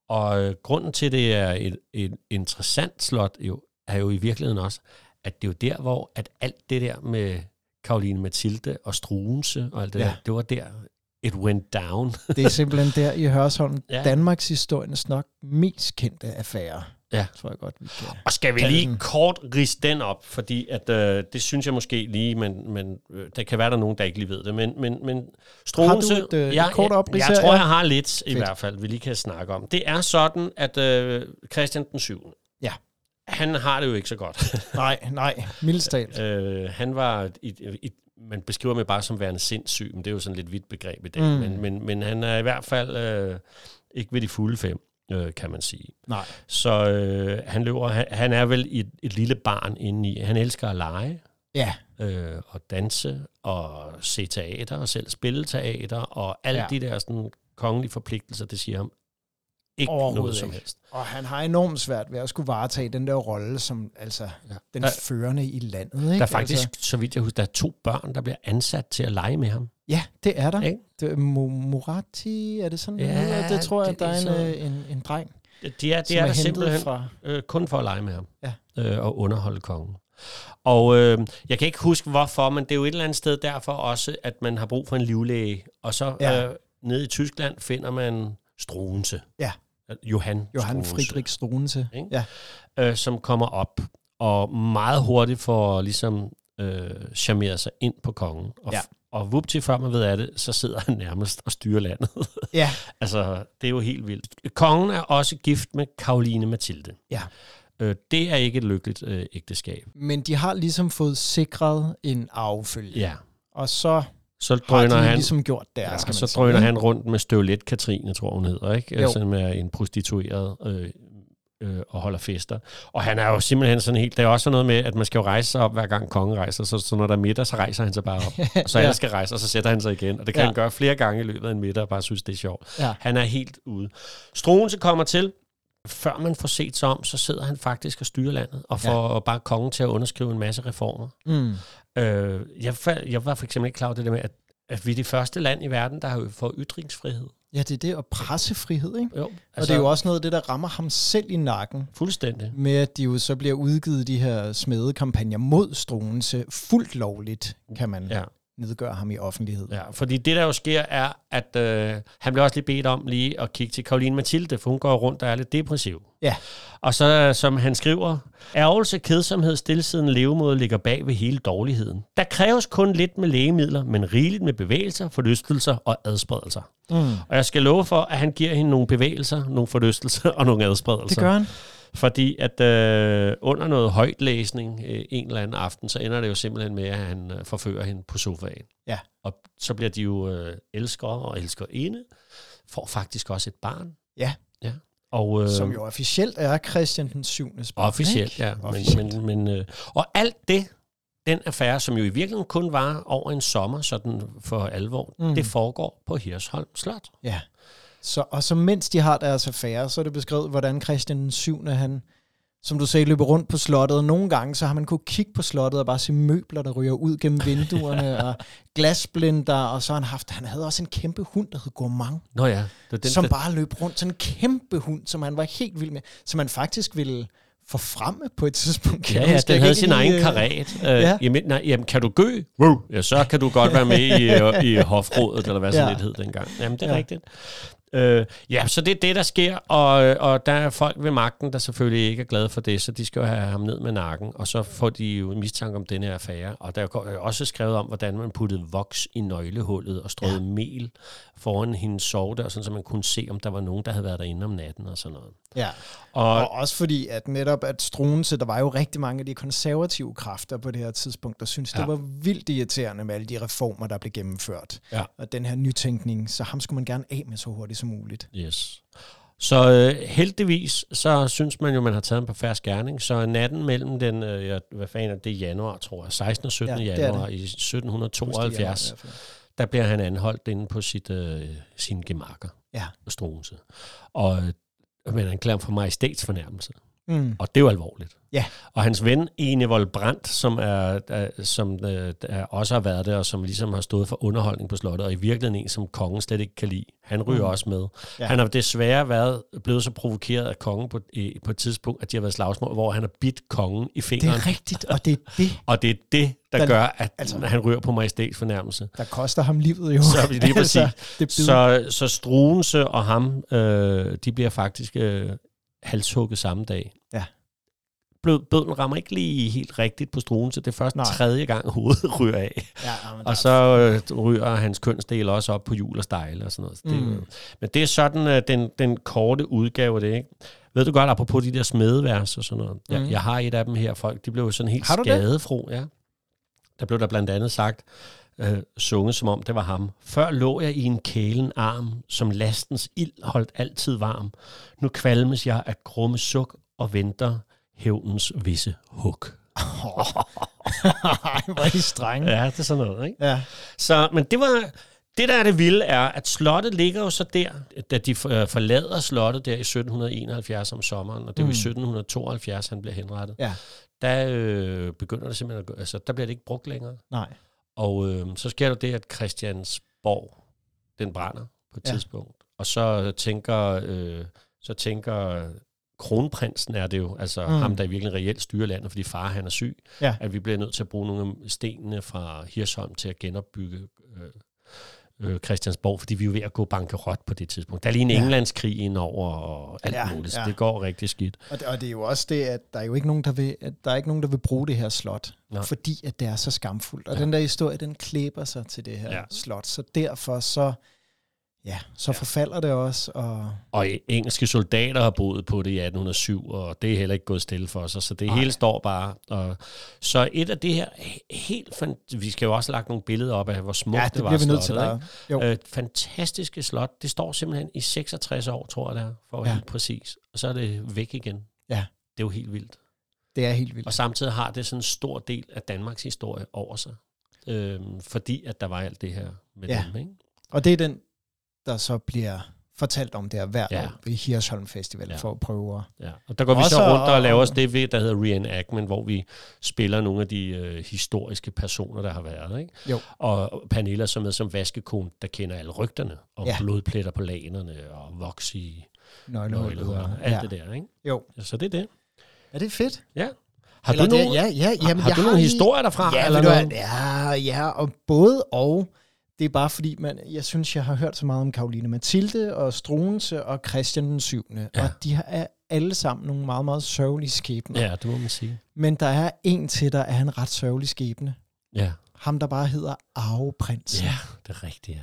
Speaker 1: og øh, grunden til, det er et, et interessant slot, jo, er jo i virkeligheden også, at det er jo der, hvor at alt det der med Karoline Mathilde og Struense og alt det
Speaker 2: Ja.
Speaker 1: ja. der, det var der, it went down.
Speaker 2: Det er simpelthen der i Hørsholm, ja.
Speaker 1: Ja.
Speaker 2: Danmarks historiens nok mest kendte affære.
Speaker 1: Ja.
Speaker 2: Tror jeg godt, vi kan.
Speaker 1: Og skal vi
Speaker 2: Tag
Speaker 1: lige
Speaker 2: den.
Speaker 1: kort rise den op, fordi at, øh, det synes jeg måske lige, men, men øh, der kan være, der er nogen, der ikke lige ved det. Men, men, men Struense,
Speaker 2: Har du et, øh, et
Speaker 1: jeg,
Speaker 2: kort oprids
Speaker 1: jeg,
Speaker 2: her?
Speaker 1: jeg tror,
Speaker 2: Ja.
Speaker 1: jeg har lidt i
Speaker 2: Fedt.
Speaker 1: hvert fald, vi lige kan snakke om. Det er sådan, at øh, Christian den 7.
Speaker 2: Ja.
Speaker 1: Han har det jo ikke så godt.
Speaker 2: Nej, nej. Mildestalt.
Speaker 1: øh, han var, i, i, man beskriver mig bare som værende sindssyg, men det er jo sådan lidt vidt begreb i dag.
Speaker 2: Mm.
Speaker 1: Mm. Men, men, men han er i hvert fald øh, ikke ved de fulde fem, øh, kan man sige.
Speaker 2: Nej.
Speaker 1: Så øh, han løber, han, han er vel et, et lille barn indeni. Han elsker at lege
Speaker 2: Ja,
Speaker 1: øh, og danse og se teater og selv spille teater og alle
Speaker 2: Ja.
Speaker 1: ja. de der sådan, kongelige forpligtelser, det siger ham ikke
Speaker 2: Overhovedet
Speaker 1: noget som
Speaker 2: ikke.
Speaker 1: helst.
Speaker 2: og han har enormt svært ved at skulle varetage den der rolle som altså
Speaker 1: Ja.
Speaker 2: den
Speaker 1: Der-
Speaker 2: førende i landet. Ikke?
Speaker 1: Der er faktisk,
Speaker 2: Altså,
Speaker 1: så vidt jeg husker, der er to børn, der bliver ansat til at lege med ham.
Speaker 2: Altså, ja, det er der.
Speaker 1: Ikke?
Speaker 2: Det er Mo- Moratti, er det sådan,
Speaker 1: Ja,
Speaker 2: ja, hedder? Det tror jeg,
Speaker 1: det
Speaker 2: der er
Speaker 1: er
Speaker 2: en,
Speaker 1: sådan.
Speaker 2: øh, en, en dreng,
Speaker 1: Det, det er, det
Speaker 2: som
Speaker 1: er, der
Speaker 2: er hentet
Speaker 1: simpelthen
Speaker 2: fra...
Speaker 1: øh, kun for at lege med ham
Speaker 2: Ja.
Speaker 1: øh, og underholde kongen. Og øh, jeg kan ikke huske hvorfor, men det er jo et eller andet sted derfor også, at man har brug for en livlæge. Og så
Speaker 2: Ja.
Speaker 1: ja. øh, nede i Tyskland finder man Struense.
Speaker 2: Ja.
Speaker 1: Johan,
Speaker 2: Johan
Speaker 1: Struense,
Speaker 2: Friedrich Struense.
Speaker 1: Ikke?
Speaker 2: Ja,
Speaker 1: Øh, som kommer op og meget hurtigt får ligesom øh, charmeret sig ind på kongen. Og,
Speaker 2: Ja.
Speaker 1: og vupti, før man ved af det, så sidder han nærmest og styrer landet.
Speaker 2: ja,
Speaker 1: Altså, det er jo helt vildt. Kongen er også gift med Karoline Mathilde.
Speaker 2: Ja.
Speaker 1: Øh, det er ikke et lykkeligt øh, ægteskab.
Speaker 2: men de har ligesom fået sikret en affølge.
Speaker 1: Ja.
Speaker 2: Og så
Speaker 1: Så
Speaker 2: har
Speaker 1: drøner
Speaker 2: de
Speaker 1: han,
Speaker 2: ligesom gjort der,
Speaker 1: ja,
Speaker 2: skal man
Speaker 1: så
Speaker 2: sige,
Speaker 1: drøner
Speaker 2: ikke?
Speaker 1: han rundt med støvlet Katrine, tror hun hedder, ikke?
Speaker 2: Jo.
Speaker 1: Jo. Som er en prostitueret øh, øh, og holder fester. Og han er jo simpelthen sådan helt... Der er også sådan noget med, at man skal jo rejse sig op, hver gang kongen rejser. Så, så når der er middag, så rejser han sig bare op. Og så
Speaker 2: Ja.
Speaker 1: alle skal rejse, og så sætter han sig igen. Og det kan
Speaker 2: Ja.
Speaker 1: ja. han gøre flere gange i løbet af en middag, og bare synes, det er sjovt.
Speaker 2: Ja.
Speaker 1: Han er helt ude. Struense kommer til. Før man får set sig om, så sidder han faktisk og styrer landet, og
Speaker 2: Ja.
Speaker 1: får ja. bare kongen til at underskrive en masse reformer.
Speaker 2: Mm.
Speaker 1: Øh, jeg, fa- jeg var for eksempel ikke klar over det der med, at, at vi er det første land i verden, der har jo fået ytringsfrihed.
Speaker 2: Ja, det er det, og pressefrihed, ikke?
Speaker 1: Jo, altså,
Speaker 2: Altså, og det er jo også noget af det, der rammer ham selv i nakken,
Speaker 1: fuldstændig.
Speaker 2: med at de jo så bliver udgivet de her smedekampagner mod Struense fuldt lovligt, kan man ja.
Speaker 1: Ja.
Speaker 2: nedgøre ham i offentlighed.
Speaker 1: Ja, fordi det der jo sker er, at øh, han bliver også lige bedt om lige at kigge til Karoline Mathilde, for hun går rundt og er lidt depressiv.
Speaker 2: Ja.
Speaker 1: Og så, øh, som han skriver, ærgelse, kedsomhed, stillesiden, levemåde ligger bag ved hele dårligheden. Der kræves kun lidt med lægemidler, men rigeligt med bevægelser, forlystelser og adspredelser.
Speaker 2: Mm.
Speaker 1: Og jeg skal love for, at han giver hende nogle bevægelser, nogle forlystelser og nogle adspredelser.
Speaker 2: Det gør han.
Speaker 1: Fordi at øh, under noget højtlæsning øh, en eller anden aften, så ender det jo simpelthen med, at han øh, forfører hende på sofaen.
Speaker 2: Ja.
Speaker 1: Og så bliver de jo øh, elskere og elskerinde, får faktisk også et barn.
Speaker 2: Ja.
Speaker 1: ja. Og, øh,
Speaker 2: Som jo officielt er Christian den 7.
Speaker 1: Officielt, ja.
Speaker 2: Officielt.
Speaker 1: Men, men, men, øh, og alt det, den affære, som jo i virkeligheden kun var over en sommer, sådan for alvor,
Speaker 2: Mm.
Speaker 1: mm. det foregår på Hirsholm Slot.
Speaker 2: Ja. Så, og så mens de har deres affære, så er det beskrevet, hvordan Christian den 7. han, som du sagde, løber rundt på slottet. Og nogle gange, så har man kunne kigge på slottet og bare se møbler, der ryger ud gennem vinduerne, og glasblinder, og så har han haft, han havde også en kæmpe hund, der hed Gourmand,
Speaker 1: Nå ja, det var den,
Speaker 2: som
Speaker 1: der,
Speaker 2: bare løb rundt. Sådan en kæmpe hund, som han var helt vild med, som han faktisk ville forfremme på et tidspunkt. kan jeg
Speaker 1: ja, ja,
Speaker 2: huske.
Speaker 1: den
Speaker 2: Jeg
Speaker 1: havde
Speaker 2: kan
Speaker 1: sin
Speaker 2: ikke
Speaker 1: egen
Speaker 2: lige, øh,
Speaker 1: karat. Øh,
Speaker 2: ja.
Speaker 1: jamen, nej, jamen, kan du gø? Wow. Ja, så kan du godt være med i, øh, i hofrådet, eller hvad sådan
Speaker 2: Ja.
Speaker 1: lidt hed dengang. Jamen, det er
Speaker 2: Ja.
Speaker 1: ja. rigtigt. Øh, ja, så det er det, der sker, og, og der er folk ved magten, der selvfølgelig ikke er glade for det, så de skal jo have ham ned med nakken, og så får de jo mistanke om denne affære. Og der er jo også skrevet om, hvordan man puttede voks i nøglehullet og strøede ja. mel foran hendes sovedør, sådan så man kunne se, om der var nogen, der havde været derinde om natten og sådan noget.
Speaker 2: Ja, og,
Speaker 1: Og-
Speaker 2: og også fordi, at netop at Struense, der var jo rigtig mange af de konservative kræfter på det her tidspunkt, der syntes, ja. det
Speaker 1: Ja.
Speaker 2: var vildt irriterende med alle de reformer, der blev gennemført.
Speaker 1: Ja.
Speaker 2: Og den her nytænkning, så ham skulle man gerne af med så hurtigt som muligt.
Speaker 1: Yes. Så øh, heldigvis, så synes man jo, man har taget en på færre gerning. Så natten mellem den, øh, ja, hvad fanden er det, januar, tror jeg, 16. og 17.
Speaker 2: Ja,
Speaker 1: Ja,
Speaker 2: det er
Speaker 1: januar
Speaker 2: det.
Speaker 1: i
Speaker 2: Husk det, ja,
Speaker 1: 1772,
Speaker 2: i hvert fald.
Speaker 1: der bliver han anholdt inde på sit, øh, sine gemakker,
Speaker 2: Ja.
Speaker 1: Struense. Og øh, men han klager for majestætsfornærmelse.
Speaker 2: Mm.
Speaker 1: Og det er jo alvorligt.
Speaker 2: Ja.
Speaker 1: Og hans ven, Enevold Brandt, som, er, er, som øh, er, også har været der, og som ligesom har stået for underholdning på slottet, og i virkeligheden en, som kongen slet ikke kan lide, han ryger
Speaker 2: Mm.
Speaker 1: mm. også med.
Speaker 2: Ja.
Speaker 1: Ja. Han har desværre været, blevet så provokeret af kongen på, i, på et tidspunkt, at de har været i slagsmål, hvor han har bidt kongen i
Speaker 2: Det
Speaker 1: fingeren.
Speaker 2: er rigtigt, og det er det,
Speaker 1: og det er det, der
Speaker 2: Den-
Speaker 1: gør, at
Speaker 2: altså-
Speaker 1: altså, han ryger på majestætsfornærmelse.
Speaker 2: der koster ham livet jo. Altså,
Speaker 1: Så er vi lige præcis.
Speaker 2: det så,
Speaker 1: Så, så Struense og ham, øh, de bliver faktisk øh, halshugget samme dag.
Speaker 2: Ja.
Speaker 1: Blød, bøden rammer ikke lige helt rigtigt på Struense. Det er først
Speaker 2: Nej.
Speaker 1: Nej. tredje gang, hovedet ryger af.
Speaker 2: ja, men der-
Speaker 1: Og så øh, ryger hans kønsdel også op på hjul og stejle og sådan noget. Så Det,
Speaker 2: Mm.
Speaker 1: Men det er sådan øh, den, den korte udgave af det, ikke? Ved du godt, apropos de der smedeværelser og sådan noget. Jeg,
Speaker 2: Mm.
Speaker 1: jeg har et af dem her, folk. De blev jo sådan helt
Speaker 2: Har du det?
Speaker 1: skadefro. Ja. Der blev der blandt andet sagt, øh, sunget som om det var ham. Før lå jeg i en kælen arm, som lastens ild holdt altid varm. Nu kvalmes jeg af grumme suk og venter hævnens visse hug.
Speaker 2: Ej, hvor er de strenge.
Speaker 1: Ja, det er sådan noget, ikke?
Speaker 2: Ja.
Speaker 1: Så, men det var... Det, der er det vilde, er, at slottet ligger jo så der, da de øh, forlader slottet der i 1771 om sommeren, og det er jo
Speaker 2: Mm.
Speaker 1: i 1772, han bliver henrettet.
Speaker 2: Ja.
Speaker 1: Der øh, begynder det simpelthen at gå, altså der bliver det ikke brugt længere.
Speaker 2: Nej.
Speaker 1: Og øh, så sker der det, at Christiansborg, den brænder på et
Speaker 2: Ja.
Speaker 1: ja. tidspunkt. Og så tænker, øh, så tænker kronprinsen er det jo, altså
Speaker 2: Mm.
Speaker 1: mm. ham, der i virkeligheden reelt styrer landet, fordi far han er syg,
Speaker 2: Ja.
Speaker 1: at vi bliver nødt til at bruge nogle af stenene fra Hirsholm til at genopbygge øh, øh, Christiansborg, fordi vi er jo ved at gå bankerot på det tidspunkt. Der er lige en
Speaker 2: Ja.
Speaker 1: ja. Englandskrig indover og alt
Speaker 2: Ja,
Speaker 1: ja, muligt, så
Speaker 2: ja.
Speaker 1: det går rigtig skidt.
Speaker 2: Og det, og det er jo også det, at der er jo ikke nogen, der vil, at der er ikke nogen, der vil bruge det her slot, Nej.
Speaker 1: Nej.
Speaker 2: fordi at det er så skamfuldt. Og ja. den der historie, den klæber sig til det her ja.
Speaker 1: Ja.
Speaker 2: slot, så derfor så, ja, så ja. forfalder det også. Og
Speaker 1: Og øh, engelske soldater har boet på det i 1807, og det er heller ikke gået stille for sig, så det
Speaker 2: Nej.
Speaker 1: hele står bare. Og, så et af det her, he- helt fan- vi skal jo også lagt nogle billeder op af, hvor smukt
Speaker 2: ja,
Speaker 1: det,
Speaker 2: det
Speaker 1: var
Speaker 2: bliver vi nødt til
Speaker 1: slottet, ikke?
Speaker 2: at... Jo,
Speaker 1: Øh, fantastiske slot. Det står simpelthen i 66 år, tror jeg det er, for at være
Speaker 2: Ja.
Speaker 1: helt præcis. Og så er det væk igen.
Speaker 2: Ja.
Speaker 1: Det er jo helt vildt.
Speaker 2: det er helt vildt.
Speaker 1: Og samtidig har det sådan en stor del af Danmarks historie over sig. Øhm, fordi at der var alt det her med
Speaker 2: Ja.
Speaker 1: ja. dem, ikke?
Speaker 2: Og det er den, der så bliver fortalt om der hver ja.
Speaker 1: Ja.
Speaker 2: år ved Hirsholm Festival
Speaker 1: Ja.
Speaker 2: for at prøve at...
Speaker 1: Ja. Og der går vi
Speaker 2: Også
Speaker 1: så rundt
Speaker 2: og-
Speaker 1: og laver os det, ved, der hedder reenactment, hvor vi spiller nogle af de øh, historiske personer, der har været. Ikke?
Speaker 2: Jo.
Speaker 1: Og Pernille er så med som vaskekone, der kender alle rygterne, og
Speaker 2: Ja.
Speaker 1: ja. blodpletter på lanerne, og voks i
Speaker 2: Nøglehullet.
Speaker 1: nøgler, og
Speaker 2: og-
Speaker 1: alt
Speaker 2: Ja.
Speaker 1: det der. Ikke?
Speaker 2: Jo.
Speaker 1: Så det er det.
Speaker 2: Er det fedt?
Speaker 1: Ja. Har
Speaker 2: Eller
Speaker 1: du
Speaker 2: det-
Speaker 1: nogle,
Speaker 2: ja, ja, jamen,
Speaker 1: har
Speaker 2: jeg
Speaker 1: du nogle
Speaker 2: lige-
Speaker 1: historier derfra?
Speaker 2: Ja,
Speaker 1: Ah, eller
Speaker 2: ved du hvad,
Speaker 1: noget?
Speaker 2: ja, ja, og både og. Det er bare fordi, man, jeg synes, jeg har hørt så meget om Karoline Mathilde og Struense og Christian den 7. Ja.
Speaker 1: Ja.
Speaker 2: Og de har- er alle sammen nogle meget, meget sørgelige skæbner.
Speaker 1: ja, det må man sige.
Speaker 2: Men der er en til, der er en ret sørgelig skæbne.
Speaker 1: Ja,
Speaker 2: Ham, der bare hedder Arveprins.
Speaker 1: ja det er rigtigt,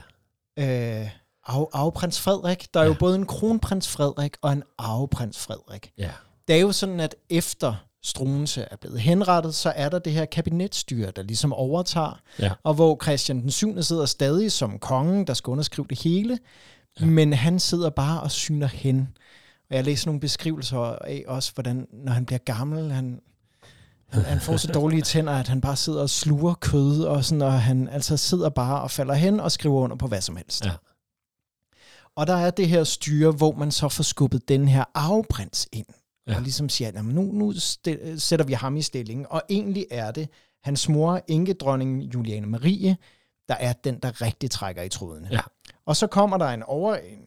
Speaker 1: ja.
Speaker 2: Øh, arve, arveprins Frederik. Der er ja. jo
Speaker 1: Ja.
Speaker 2: både en kronprins Frederik og en arveprins Frederik.
Speaker 1: ja.
Speaker 2: Det er jo sådan, at efter Struense er blevet henrettet, så er der det her kabinetsstyre, der ligesom overtager,
Speaker 1: Ja.
Speaker 2: og hvor Christian den 7. sidder stadig som kongen, der skal underskrive det hele, ja. men han sidder bare og syner hen. Og jeg læser nogle beskrivelser af også, hvordan når han bliver gammel, han, han, han får så dårlige tænder, at han bare sidder og sluger kød, og, sådan, og han altså sidder bare og falder hen og skriver under på hvad som helst.
Speaker 1: Ja.
Speaker 2: Og der er det her styre, hvor man så får skubbet den her arveprins ind. Ja. Og ligesom siger, at nu, nu stil, sætter vi ham i stillingen. Og egentlig er det hans mor, enkedronningen Juliane Marie, der er den, der rigtig trækker i trådene.
Speaker 1: Ja.
Speaker 2: Og så kommer der en, over, en,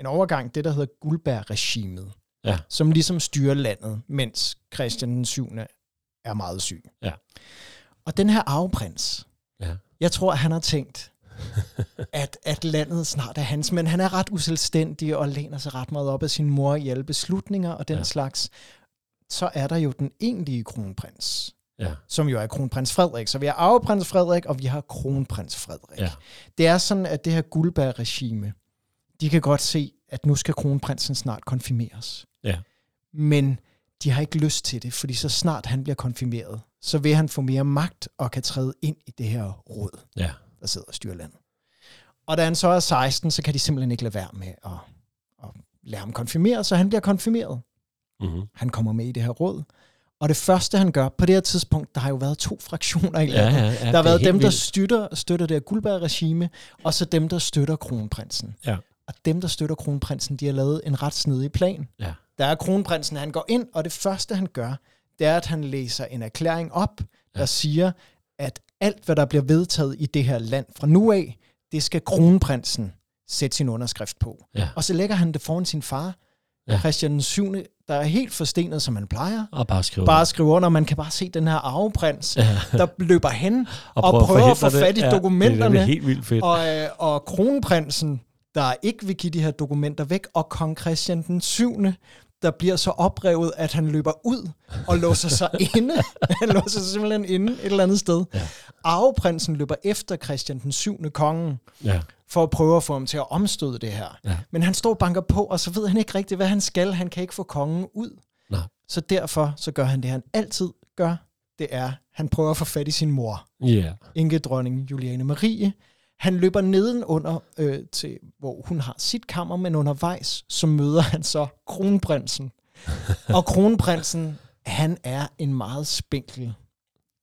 Speaker 2: en overgang, det der hedder Guldberg-regimet,
Speaker 1: Ja.
Speaker 2: som ligesom styrer landet, mens Christian den 7. er meget syg.
Speaker 1: Ja.
Speaker 2: Og den her arveprins,
Speaker 1: Ja.
Speaker 2: jeg tror, han har tænkt, at, at landet snart er hans, men han er ret uselvstændig og læner sig ret meget op af sin mor i alle beslutninger og den
Speaker 1: Ja.
Speaker 2: ja. slags. Så er der jo den egentlige kronprins,
Speaker 1: Ja.
Speaker 2: som jo er kronprins Frederik. Så vi har arveprins Frederik, og vi har kronprins Frederik.
Speaker 1: Ja.
Speaker 2: Det er sådan, at det her Guldberg-regime, de kan godt se, at nu skal kronprinsen snart konfirmeres.
Speaker 1: Ja.
Speaker 2: Men de har ikke lyst til det, fordi så snart han bliver konfirmeret, så vil han få mere magt og kan træde ind i det her råd,
Speaker 1: Ja.
Speaker 2: der sidder og styrer landet. Og da han så er 16, så kan de simpelthen ikke lade være med at, at lade ham konfirmere, så han bliver konfirmeret.
Speaker 1: Mm-hmm.
Speaker 2: Han kommer med i det her råd. Og det første, han gør på det her tidspunkt, der har jo været to fraktioner i
Speaker 1: ja, ja,
Speaker 2: landet.
Speaker 1: ja.
Speaker 2: Der
Speaker 1: det er
Speaker 2: har været
Speaker 1: helt
Speaker 2: dem, der
Speaker 1: vildt.
Speaker 2: støtter, støtter det her Guldberg-regime, og så dem, der støtter kronprinsen.
Speaker 1: Ja.
Speaker 2: Og dem, der støtter kronprinsen, de har lavet en ret snedig plan.
Speaker 1: Ja.
Speaker 2: Der er kronprinsen, han går ind, og det første, han gør, det er, at han læser en erklæring op, der
Speaker 1: Ja.
Speaker 2: siger, at alt, hvad der bliver vedtaget i det her land fra nu af, det skal kronprinsen sætte sin underskrift på.
Speaker 1: Ja.
Speaker 2: Og så lægger han det foran sin far,
Speaker 1: Ja.
Speaker 2: ja. Christian den 7., der er helt forstenet, som han plejer.
Speaker 1: Og bare skrive.
Speaker 2: Bare skriver under, man kan bare se den her arveprins,
Speaker 1: Ja.
Speaker 2: der løber hen
Speaker 1: og
Speaker 2: og prøver at få
Speaker 1: forhindre det.
Speaker 2: fat i
Speaker 1: Ja, Det, er- det
Speaker 2: dokumenterne.
Speaker 1: er helt vildt fedt.
Speaker 2: og, øh, og kronprinsen, der ikke vil give de her dokumenter væk, og kong Christian den 7., der bliver så oprevet, at han løber ud og låser sig inde. Han låser sig simpelthen inde et eller andet sted. Ja. Arveprinsen løber efter Christian den 7. kongen
Speaker 1: Ja.
Speaker 2: for at prøve at få ham til at omstøde det her.
Speaker 1: Ja.
Speaker 2: Men han står og banker på, og så ved han ikke rigtigt, hvad han skal. Han kan ikke få kongen ud.
Speaker 1: Nej.
Speaker 2: Så derfor så gør han det, han altid gør. Det er, han prøver at få fat i sin mor
Speaker 1: Ja.
Speaker 2: enkedronning Juliane Marie. Han løber nedenunder øh, til, hvor hun har sit kammer, men undervejs, så møder han så kronprinsen. Og kronprinsen, han er en meget spinkel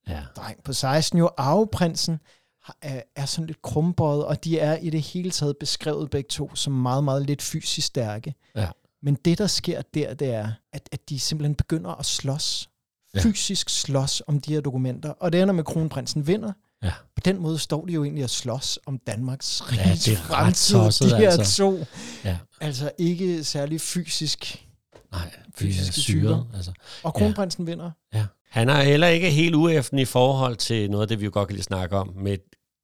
Speaker 1: Ja.
Speaker 2: dreng på 16 jo. Arveprinsen har- er- er sådan lidt krumbøjet, og de er i det hele taget beskrevet begge to som meget, meget lidt fysisk stærke.
Speaker 1: Ja.
Speaker 2: Men det, der sker der, det er, at, at de simpelthen begynder at slås.
Speaker 1: Ja.
Speaker 2: Fysisk slås om de her dokumenter. Og det ender med, at kronprinsen vinder.
Speaker 1: Ja.
Speaker 2: På den måde står de jo egentlig og slås om Danmarks
Speaker 1: det er
Speaker 2: riges ja,
Speaker 1: ret
Speaker 2: fremtid,
Speaker 1: tosset,
Speaker 2: de her
Speaker 1: altså.
Speaker 2: to.
Speaker 1: Ja.
Speaker 2: Altså ikke særlig fysisk.
Speaker 1: Nej, fysisk
Speaker 2: Fysiske
Speaker 1: syre. Altså.
Speaker 2: Og kronprinsen ja. vinder.
Speaker 1: Ja. Han er heller ikke helt ueften i forhold til noget af det, vi jo godt kan lige snakke om med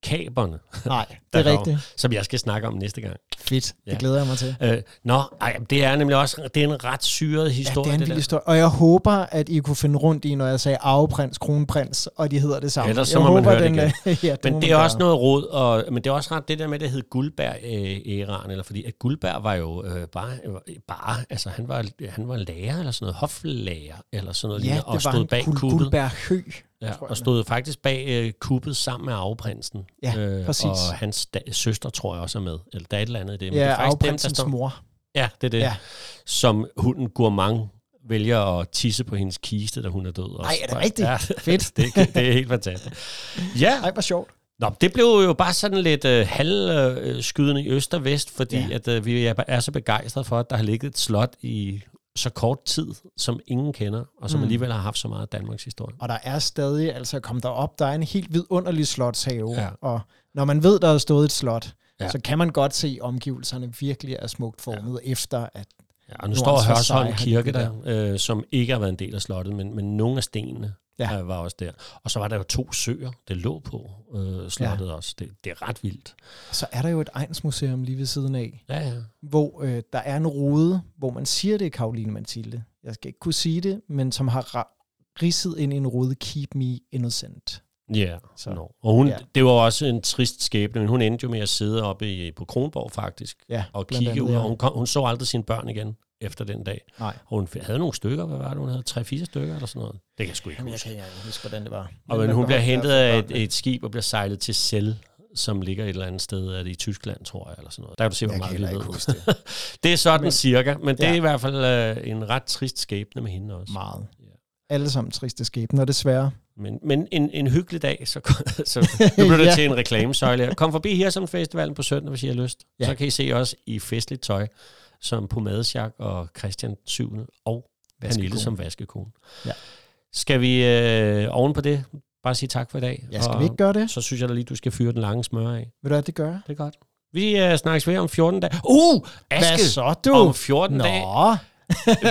Speaker 1: kaberne,
Speaker 2: Nej, det
Speaker 1: Der
Speaker 2: er
Speaker 1: går-
Speaker 2: rigtigt.
Speaker 1: som jeg skal snakke om næste gang.
Speaker 2: Fedt. Det
Speaker 1: Ja.
Speaker 2: glæder jeg mig til.
Speaker 1: Øh, nå, ej, det er nemlig også det er en ret syret
Speaker 2: Ja,
Speaker 1: historie.
Speaker 2: det er en
Speaker 1: der.
Speaker 2: vild historie. Og jeg håber, at I kunne finde rundt i, når jeg sagde arveprins, kronprins, og de hedder det samme.
Speaker 1: Ellers så
Speaker 2: jeg
Speaker 1: må man
Speaker 2: håber,
Speaker 1: høre det igen.
Speaker 2: øh, ja, det må
Speaker 1: Men det er
Speaker 2: man
Speaker 1: også
Speaker 2: gøre.
Speaker 1: noget råd, og, men det er også ret det der med, det hed Guldberg-æraen, eller fordi at Guldberg var jo øh, bare, øh, bare, altså han var, han var lærer eller sådan noget, hoflærer eller sådan noget,
Speaker 2: Ja,
Speaker 1: lignende,
Speaker 2: det
Speaker 1: og
Speaker 2: var
Speaker 1: stod bag
Speaker 2: en Guld-
Speaker 1: kuppet.
Speaker 2: Guldberg Hø.
Speaker 1: Ja,
Speaker 2: tror jeg,
Speaker 1: og
Speaker 2: den
Speaker 1: stod faktisk bag øh, kuppet sammen med arveprinsen. Øh,
Speaker 2: Ja, præcis.
Speaker 1: Og hans da- søster, tror jeg også er med. Eller der er et eller andet i det.
Speaker 2: Ja,
Speaker 1: det er faktisk dem, der
Speaker 2: arveprinsens
Speaker 1: står-
Speaker 2: mor.
Speaker 1: Ja, det er det. Ja.
Speaker 2: Ja.
Speaker 1: Som hunden Gourmand vælger at tisse på hendes kiste, da hun er død.
Speaker 2: Ej, er det rigtigt?
Speaker 1: Ja,
Speaker 2: Fedt.
Speaker 1: det, er, det er helt fantastisk. Ja,
Speaker 2: Ej, hvor sjovt.
Speaker 1: Nå, det blev jo bare sådan lidt øh, halvskydende i øst og vest, fordi ja.
Speaker 2: Ja.
Speaker 1: at, øh, vi er, er så begejstrede for, at der har ligget et slot i så kort tid, som ingen kender, og som mm. alligevel har haft så meget Danmarks historie.
Speaker 2: Og der er stadig, altså kom der op, der er en helt vidunderlig slotshave.
Speaker 1: Ja.
Speaker 2: Ja. Og når man ved, der er stået et slot,
Speaker 1: Ja.
Speaker 2: ja. så kan man godt se, at omgivelserne virkelig er smukt formet, ja. efter at...
Speaker 1: Ja, og nu
Speaker 2: Nu
Speaker 1: står
Speaker 2: er han så sej,
Speaker 1: Hørsholm
Speaker 2: han
Speaker 1: Kirke der,
Speaker 2: ligger
Speaker 1: øh, som ikke har været en del af slottet, men, men nogle af stenene ja.
Speaker 2: Ja.
Speaker 1: øh, var også der. Og så var der jo to søer, det lå på øh, slottet ja. også. Det, det er ret vildt.
Speaker 2: Så er der jo et egensmuseum lige ved siden af,
Speaker 1: Ja, ja.
Speaker 2: hvor øh, der er en rode, hvor man siger, det er Karoline Mathilde. Jeg skal ikke kunne sige det, men som har ra- ridset ind i en rode, keep me innocent.
Speaker 1: Ja,
Speaker 2: Så,
Speaker 1: no. og hun, ja.
Speaker 2: ja.
Speaker 1: det var også en trist skæbne, men hun endte jo med at sidde oppe i, på Kronborg faktisk,
Speaker 2: Ja,
Speaker 1: og
Speaker 2: blandt
Speaker 1: kigge
Speaker 2: andet,
Speaker 1: ud,
Speaker 2: ja.
Speaker 1: og hun, kom, hun så aldrig sine børn igen efter den dag.
Speaker 2: Nej.
Speaker 1: Og hun f- havde nogle stykker, hvad var det, hun havde? Tre-fire stykker eller sådan noget? Det kan jeg sgu ikke huske.
Speaker 2: ikke huske, hvordan det var.
Speaker 1: Og men hun bliver hentet af et, et skib og bliver sejlet til Celle, som ligger et eller andet sted, er det i Tyskland, tror jeg, eller sådan noget. Der kan du se, hvor
Speaker 2: Jeg kan
Speaker 1: meget vi
Speaker 2: heller ikke
Speaker 1: ved.
Speaker 2: huske det.
Speaker 1: Det er sådan men,
Speaker 2: Men-
Speaker 1: cirka, men det er
Speaker 2: Ja.
Speaker 1: i hvert fald øh, en ret trist skæbne med hende også.
Speaker 2: Meget.
Speaker 1: Ja.
Speaker 2: Alle sammen triste skæbner, desværre.
Speaker 1: Men, men en, en hyggelig dag, så, så nu bliver det
Speaker 2: Ja.
Speaker 1: ja. til en reklamesøjle. her. Kom forbi her som festivalen på søndag, hvis I har lyst.
Speaker 2: Ja.
Speaker 1: Ja. Så kan I se os i festligt tøj, som Pomadesjak og Christian 7. og Pernille som vaskekone.
Speaker 2: Ja.
Speaker 1: Skal vi øh, oven på det bare sige tak for i dag?
Speaker 2: Ja, skal
Speaker 1: og
Speaker 2: vi ikke gøre det?
Speaker 1: Så synes jeg da lige, du skal fyre den lange smør af.
Speaker 2: Vil du have det gøre?
Speaker 1: Det er godt. Vi øh, snakkes ved om 14 dage. Uh! Aske!
Speaker 2: Hvad så, du?
Speaker 1: Om 14
Speaker 2: Nå.
Speaker 1: dage.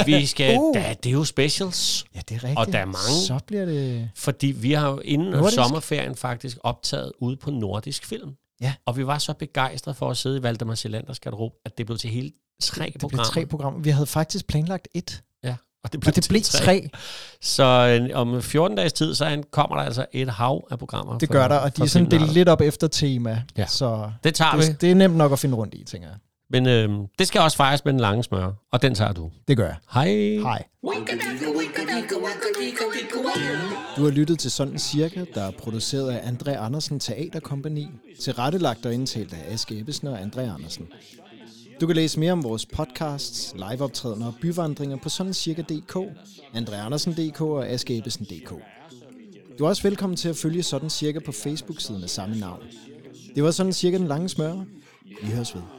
Speaker 1: Vi skal,
Speaker 2: Uh.
Speaker 1: uh. da, det er jo specials.
Speaker 2: Ja, det er rigtigt.
Speaker 1: Og der er mange-
Speaker 2: Så bliver det...
Speaker 1: Fordi vi har jo inden
Speaker 2: Nordisk?
Speaker 1: nordisk. sommerferien faktisk optaget ude på nordisk film.
Speaker 2: Ja.
Speaker 1: Og vi var så begejstrede for at sidde i Valdemar Silanders garderob, at det blev til hele tre
Speaker 2: Det blev
Speaker 1: programmer.
Speaker 2: tre programmer. Vi havde faktisk planlagt et,
Speaker 1: ja, og det blev,
Speaker 2: og det
Speaker 1: til
Speaker 2: blev tre.
Speaker 1: Så øh, om 14 dages tid, så an- kommer der altså et hav af programmer.
Speaker 2: Det
Speaker 1: for-
Speaker 2: gør der, og de
Speaker 1: for
Speaker 2: er sådan delt
Speaker 1: filmnørder.
Speaker 2: lidt op efter tema.
Speaker 1: Ja.
Speaker 2: Så
Speaker 1: Det tager vi,
Speaker 2: det, det er nemt nok at finde rundt i, tænker jeg.
Speaker 1: men øh, det skal også fejres med den lange smør, og den tager du.
Speaker 2: Det gør jeg.
Speaker 1: Hej.
Speaker 2: Hej.
Speaker 4: Winkadaka, winkadaka, winkadika, dika, wink.
Speaker 2: Du har lyttet til Sådan Cirka, der er produceret af André Andersen Teaterkompagni, tilrettelagt og indtalt af Aske Ebbesen og André Andersen. Du kan læse mere om vores podcasts, liveoptrædener og byvandringer på sådancirka.dk, andreandersen.dk og askeebbesen.dk. Du er også velkommen til at følge Sådan Cirka på Facebook-siden af samme navn. Det var Sådan Cirka den lange smør. Vi høres ved.